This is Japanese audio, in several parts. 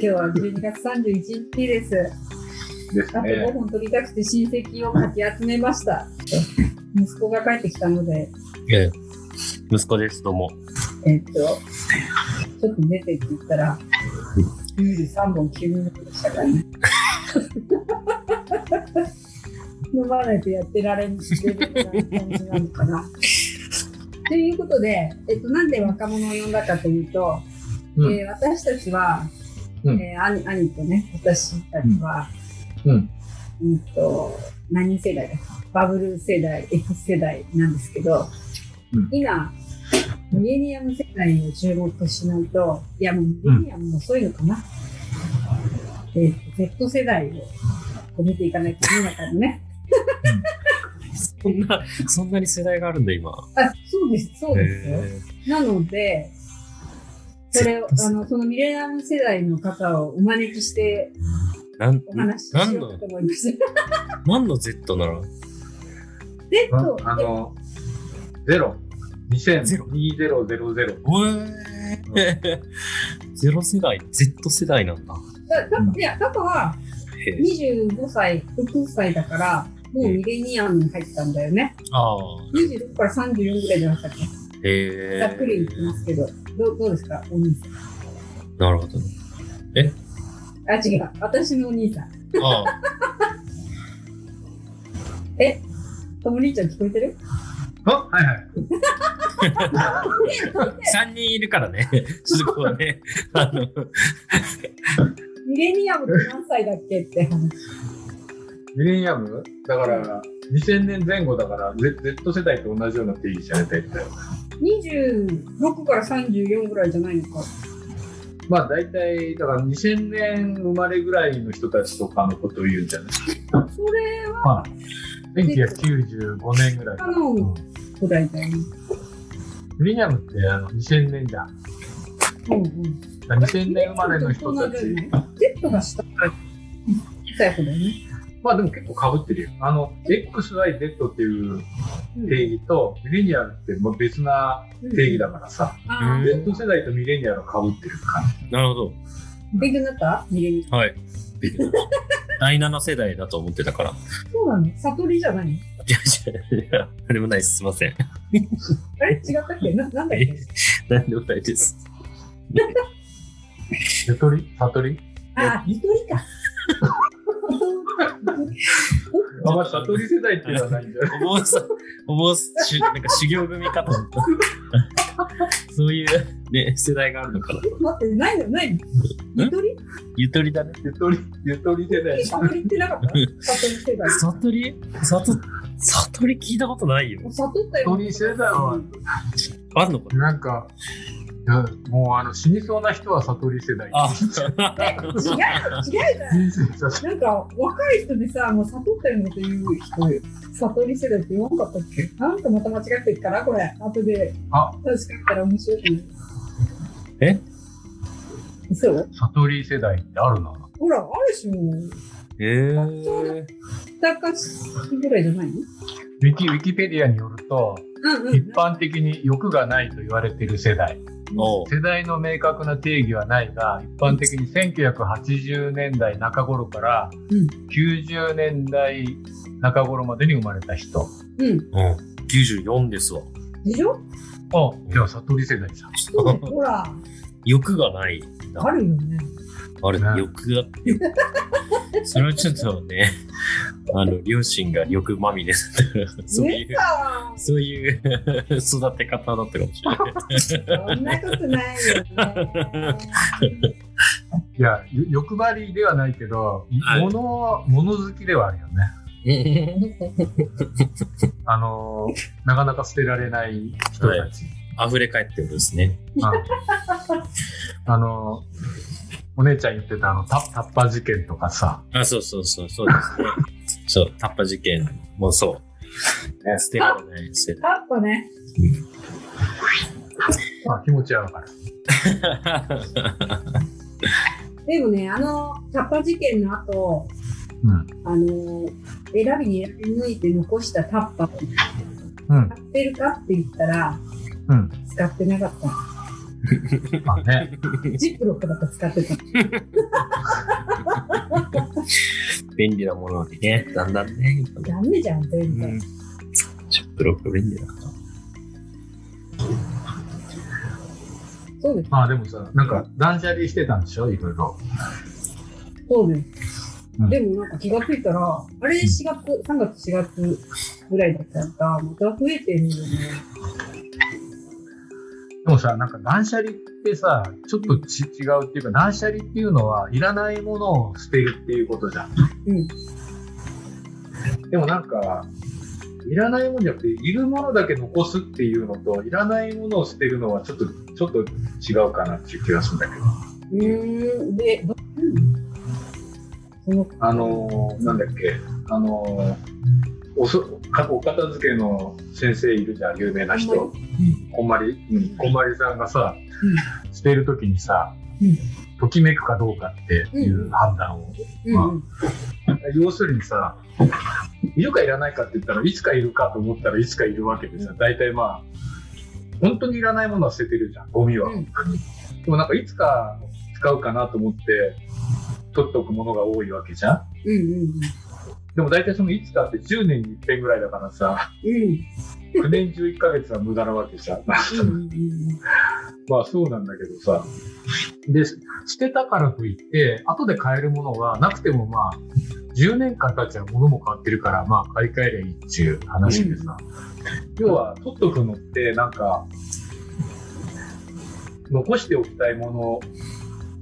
今日は12月31日です。ですあと5ね。本取りたくて親戚をかき集めました。息子が帰ってきたので、ええ息子です、どうも。えっと、ちょっと寝てって言ったら、ビール3本急に飲みましたからね。 飲まないとやってられんレベルな感じなのかな。ということで、えっと、なんで若者を呼んだかというと、うんえー私たちは、うんえー兄兄とね、私たちは、うん。うんと何世代だバブル世代 X 世代なんですけど、うん今ミレニアム世代を注目しないといやもうミレニアムもそういうのかな、えーと Z 世代をこう見ていかないと世の中のねそんな、そんなに世代があるんだ、今。あそうですそうですよ、えなのでそれを Z あのそのミレニアム世代の方をお招きしてえなんお話しし何ようかのと、思いました何の Z なの Z あの、ゼロ。202000。ええゼロ世代、Z 世代なんだ。だだいやだからへえ25歳、6歳だから、もうミレニアムに入ったんだよね。ああ。 26から34ぐらいじゃなかったっへけえざっくり言ってますけど、どうどうですか、お兄さん。なるほどね。あ、違う、私のお兄さん。ああ。ともりんちゃん聞こえてるあ、はいはい。 3人いるからね、 ちょっとこうね、あの、ミレニアムって何歳だっけって話。ミレニアムだから、2000年前後だから、Z, Z 世代と同じような定義されてるんだよ。 26から34ぐらいじゃないのか。まあ大体、だから2000年生まれぐらいの人たちとかのことを言うんじゃないそれは、まあ、1995年ぐらいあ。の、ぐらいだよね。ミレニアムってあの2000年じゃん。うんうん。だから2000年生まれの人たち。 Z が下から小さい子だよね。まあでも結構被ってるよ。あの、XYZ っていううん定義と、ミレニアムってもう別な定義だからさ、あー Z 世代とミレニアムが被ってる感じ。なるほど。勉強になったミレニアム。はい。第7世代だと思ってたから。そうなの悟りじゃないのいやいやいや、何でもないです。すいません。あれ違ったっけななんだっけ何でもないです。ゆとり悟りあ、ゆとりか。あまあ、悟り世代っていうのはないんだよ。お坊さん、お坊さん、しゅなんか修行組かと思 った。そういう、ね、世代があるのかな。待って、ないのないのゆとりっゆとりだね。 ゆとり、ゆとり世代て。悟りってなかった悟り世代。悟り悟、悟り聞いたことないよ。悟ったよ。悟り世代は、あるのかななんか、いやもうあの死にそうな人は悟り世代。あ、え違う、違うじゃん。人生させなんか、若い人でさ、もう悟ったようなこと言う人、悟り世代って言わんかったっけなんかまた間違ってるから、これ。後で、あ確かめたら面白いと思う。えそう悟り世代ってあるな。ほら、あるしもう、えー、たかしぐらいじゃないのウィキウィキペディアによると、うんうん。一般的に欲がないと言われている世代。おう世代の明確な定義はないが一般的に1980年代中頃からうん90年代中頃までに生まれた人うん。うん、94です わ。でしょあでは悟り世代さんそうほら、欲がない。あるよね。あれ、ね欲が。それはちょっとね、あの、両親が欲まみれだったから、そういう、あそういう 育て方だったかもしれない。そんなことないよ ね。いやよ欲張りではないけど、はい物を物好きではあるよね あのーなかなか捨てられない人たち、溢れ返ってるんですね。うんあのーお姉ちゃん言ってたあのタタッパー事件とかさあ、そうそうそう、そう ですね。そう、タッパ事件もそう。ね捨てられない捨てやっぱね、まあ気持ちはわかるでもね、あの、タッパ事件の後、うんあの、選びに選び抜いて残したタッパをうん買ってるかって言ったら、うん使ってなかった。ま あね。ジップロックだったら使ってた。 便利なものにね、だんだんね。ダメじゃん、全う然。ん。チップロック便利だな。そうです。まあでもさ、なんか断捨離してたんでしょいろいろ。そうです。うんでもなんか気がついたら、あれ4月、3月4月ぐらいだったら、また増えてるよね。でもさ、なんか断捨離ってさ、ちょっとち違うっていうか、断捨離っていうのは、いらないものを捨てるっていうことじゃん。うん。でもなんか、いらないものじゃなくて、いるものだけ残すっていうのと、いらないものを捨てるのは、ちょっと、ちょっと違うかなっていう気がするんだけど。うーん、で、どその、あのーなんだっけ、あのーおそかお片付けの先生いるじゃん有名な人こんまり、うん、こんまりさんがさ、捨てるときにさ、うんときめくかどうかっていう判断を、うん、うん、要するにさいるかいらないかって言ったらいつかいるかと思ったらいつかいるわけでさ大体まあ本当にいらないものは捨ててるじゃんゴミは、うんでもなんかいつか使うかなと思って取っとくものが多いわけじゃんうん、うん、でも大体そのいつかって10年に1遍ぐらいだから さうん、 9年11ヶ月は無駄なわけじゃんうん、うん、まあそうなんだけどさで捨てたからといって後で買えるものはなくてもまあ10年間経っちゃうものも変わってるからまあ買い替えりゃいいっちゅう話でさ、要は取っとくのってなんか残しておきたいもの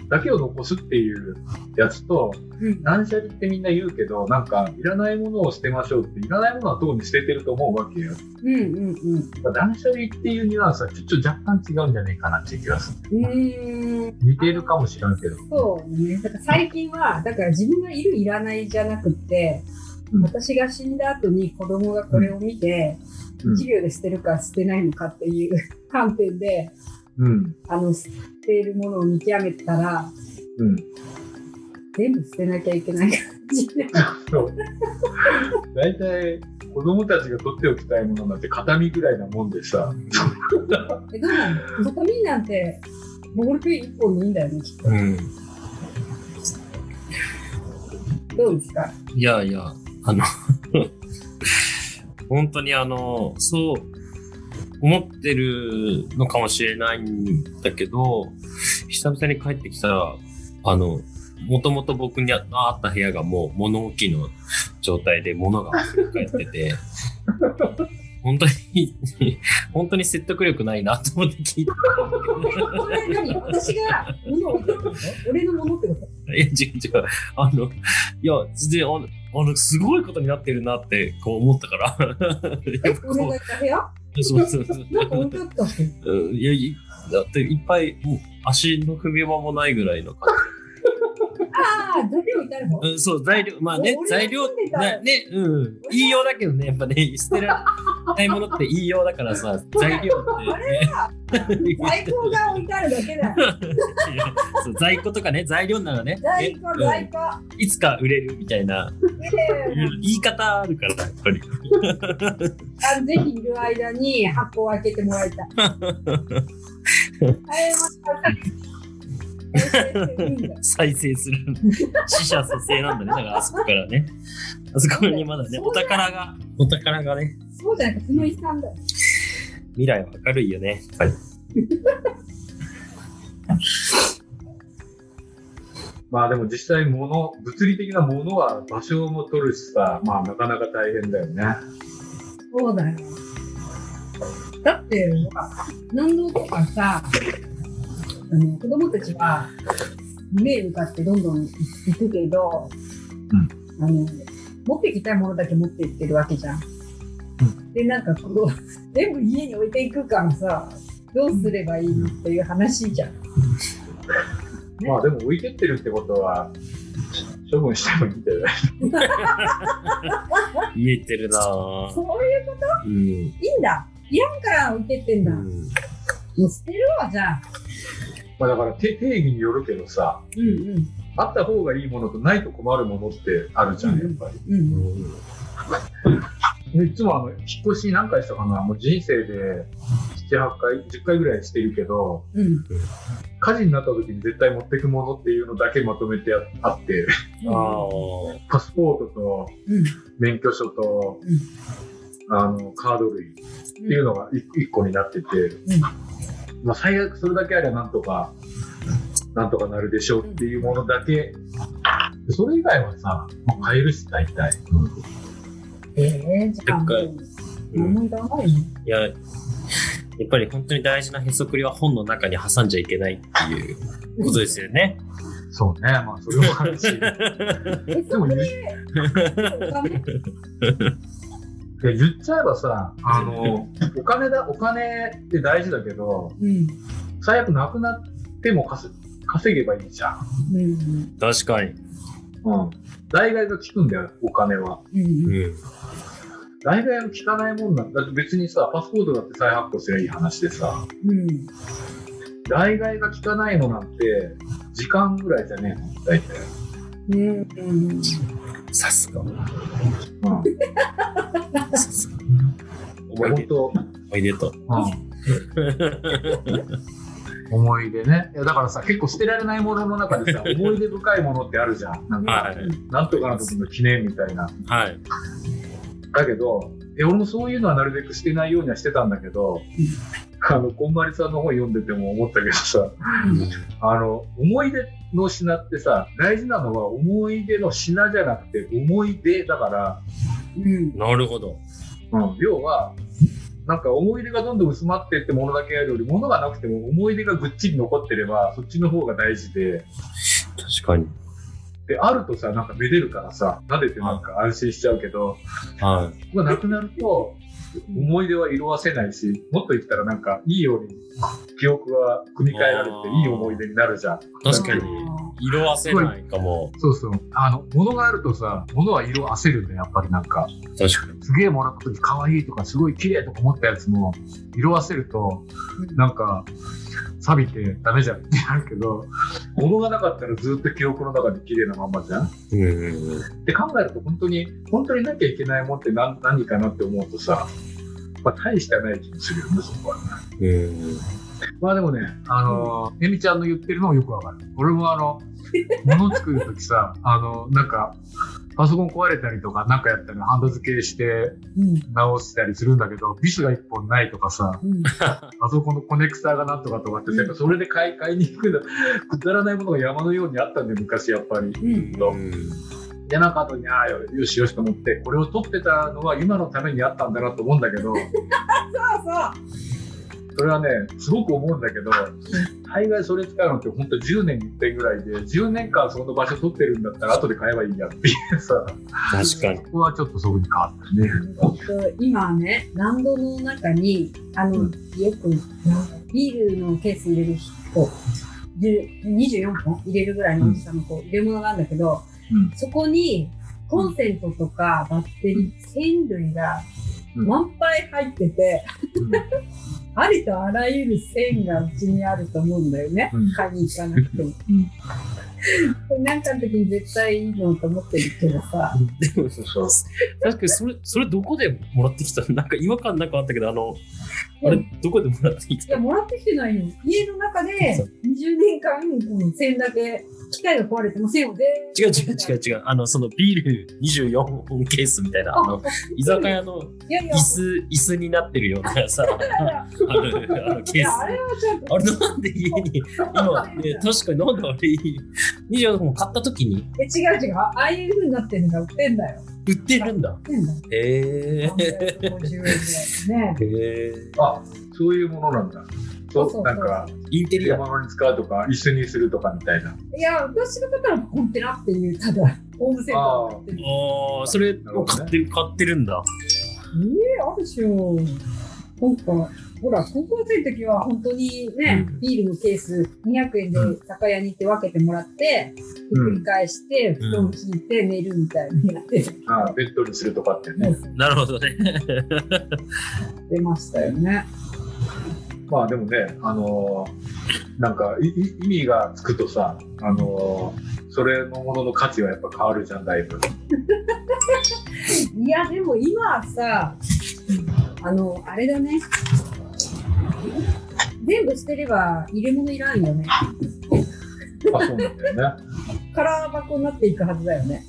だけを残すっていうやつとうん、断捨離ってみんな言うけどなんかいらないものを捨てましょうっていらないものは特に捨ててると思うわけようん、うん、まあ断捨離っていうニュアンスはちょっと若干違うんじゃないかなっていう気がするうん、似てるかもしれんけどそうね。だから最近は、だから自分がいるいらないじゃなくて、うん私が死んだ後に子供がこれを見て、うん授業で捨てるか捨てないのかっていう 観点で、うんあの、捨てるものを見極めたら、うん全部捨てなきゃいけない感じで。そう大体子供たちが取っておきたいものなんて形見ぐらいなもんでさえ、どうなのそこになんて、ボールペン1本でいいんだよね、きっうん。と。どうです かいやいや、あの、本当にあの、そう思ってるのかもしれないんだけど、久々に帰ってきたら、あの、もともと僕にああった部屋がもう物置の状態で物が溢れ返ってて、本当に、本当に説得力ないなと思って聞いた。これ何私が物を置いてるってこと俺の物ってこといや、違う違う。あの、いや、全然、あの、あのすごいことになってるなって、こう思ったから。えやっぱ俺こがいた部屋う、そうそうそう。なんか置いてあったっけうんいや、いだっていっぱい、もう足の踏み場もないぐらいの感ああ、材料いてあるのじ。うん、そう、材料、まあねお、俺材料、が住んでたなね、うん。言いようだけどね、やっぱね、捨てられないものって言いようだからさ、材料って、ね。在庫が置いてあるだけだよ。いやそう在庫とかね、材料ならね、在ね庫、うん在庫。いつか売れるみたいな、ええ言い方あるから、やっぱり。あぜひいる間に箱を開けてもらいたい。あれまた。いいんだよ再生する死者蘇生なんだねだからあそこからねあそこにまだねお宝がお宝がねそうじゃなくて、その遺産だよ。未来は明るいよねはいまあでも実際物物理的なものは場所も取るしさまあなかなか大変だよねそうだよ。だって、南道とかさ、あの子供たちは夢へ向かってどんどん行くけど、あの持ってきたいものだけ持っていってるわけじゃん。で、なんかこう、 全部家に置いていくからさ、どうすればいいのっていう話じゃん。まあでも置いてってるってことは処分してもいいんだよね見えてるなぁそういう、うん、いいんだ。いらんから置いてってんうだ。ん、もう捨てるわ、じゃあ。まあだから定定義によるけどさうんうん。あった方がいいものとないと困るものってあるじゃんやっぱうりんうん。いつもあの引っ越し何回したかなもう人生で78回、10回ぐらいしてるけど、うん。火事になった時に絶対持ってくものっていうのだけまとめてあって、 あパスポートとうん。免許証と、あの、カード類っていうのが一一個になってて、まあ最悪それだけあればなんとか、なんとかなるでしょうっていうものだけ、それ以外はさ、まあ、買えるし、大体。ええじゃあ、でっかいうん問題ないね。いや、やっぱり本当に大事なへそくりは本の中に挟んじゃいけないっていうことですよね。そうね、まあそれもある し。え、でそもこ言でっダメいや言っちゃえばさ、あの、お金だ、お金って大事だけど、うん。最悪なくなっても稼稼げばいいじゃん。うん。確かに。うん。代替が効くんだよ、お金は。うん。うん。代替が効かないもんなんだ。だって別にさ、パスポートだって再発行すりゃいい話でさ、うん。代替が効かないのなんて、時間ぐらいじゃねえの大体。うん。うん。さすが。うん。さすが。思い本出、当、思い出と。うん。思い出ね。いやだからさ、結構捨てられないものの中でさ、思い出深いものってあるじゃん。なんか、はいなんとかの時の記念みたいな。はい。だけど、え俺もそういうのはなるべくしてないようにはしてたんだけど、あの、こんまりさんの本読んでても思ったけどさ、あの、思い出の品ってさ、大事なのは思い出の品じゃなくて思い出だから、うん。なるほど。うん、要は、なんか思い出がどんどん薄まってってものだけあるより、ものがなくても思い出がぐっちり残ってれば、そっちの方が大事で、確かに。で、あるとさ、なんかめでるからさ、撫でてなんか安心しちゃうけど、はまあ、なくなると思い出は色褪せないしもっと言ったらなんかいいように記憶は組み替えられていい思い出になるじゃんい。確かに。色褪せないかも。そうそうあの物があるとさ物は色褪せるんだよやっぱりなんか確かに。すげえもらった時可愛いとかすごい綺麗とか思ったやつも色褪せるとなんか錆びてダメじゃんってなるけど物がなかったらずっと記憶の中で綺麗なまんまじゃんうん。って考えると本当に本当になきゃいけないもんって何何かなって思うとさ、まあ、大したない気もするよねそこは。うん。まあでもね、あのー、えみちゃんの言ってるのもよくわかる。俺もあ の、物作るときさ、あの、なんか、パソコン壊れたりとか、なんかやったらハンド付けしてうん。直したりするんだけど、ビスが一本ないとかさ、うん。パソコンのコネクターがなんとかとかってさ、やっぱそれで買い買いに行くの、くだらないものが山のようにあったんで、昔やっぱり。うん。で、なんか後に、ああ、よよしよしと思って、これを取ってたのは今のためにあったんだなと思うんだけど、 あ、それはね、すごく思うんだけど、大概それ使うのって本当10年に1回ぐらいで、10年間その場所取ってるんだったら後で買えばいいやっていうさ、確かに。ここはちょっとそこに変わったね。そう。今ね、ランドの中に、あの、うよく、ビールのケース入れる人、で24本入れるぐらいの大きさのこう入れ物があるんだけど、うんそこにコンセントとかバッテリー、線類がうん満杯入ってて、ありとあらゆる線がうちにあると思うんだよね。うん買いに行かなくても。これなんかの時に絶対いいのと思ってるけどさ。でもそう確かにそれ、それどこでもらってきたなんか違和感なんかあったけど、あの、あれ、どこでもらってきいや、たもらってきてないよ。家の中で20年間、この線だけ、機械が壊れても線を全部。違う違う違う違う。あの、そのビール24本ケースみたいな、あの、居酒屋のいやいや椅、子、椅子になってるようなさ、あの、あのいケース。やあれはちょっと、あれなんで家に、今、ね、確かになんであれ、24本買った時にえ違う違う、ああいう風になってるのが売ってんだよ。売ってるんだ売。ってんだよ。へえ。 350円ぐらいでね。へえ。あ、そういうものなんだ。そそうそう、うそうなんか、インテリア。山に使うとか、椅子にするとかみたいな。いや、私の方はコンテナっていう、ただ、ホームセンターになってる。ああ、それを買ってる、買ってるんだ。えー、あるでしょ。なんか、ほら、高校生の時は本当にね、うんビールのケース200円で酒屋に行って分けてもらって、ひっうんくり返して、布団敷いて寝るみたいにやってあベッドにするとかってやね。なるほどね。ってましたよね。まあでもね、あのーなんかい、い意味がつくとさ、あのーそれのものの価値はやっぱ変わるじゃん、だいぶ。いや、でも今はさ、あの、あれだね。全部捨てれば入れ物いらんよね。あ、そうなんだよね。空箱になっていくはずだよね。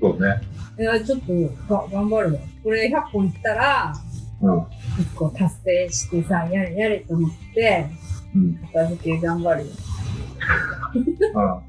そうね。いや、ちょっとが頑張るわ。これ100本いったら、うん。 1個達成してさ、やれやれと思って、うん。片付け頑張るよ。あ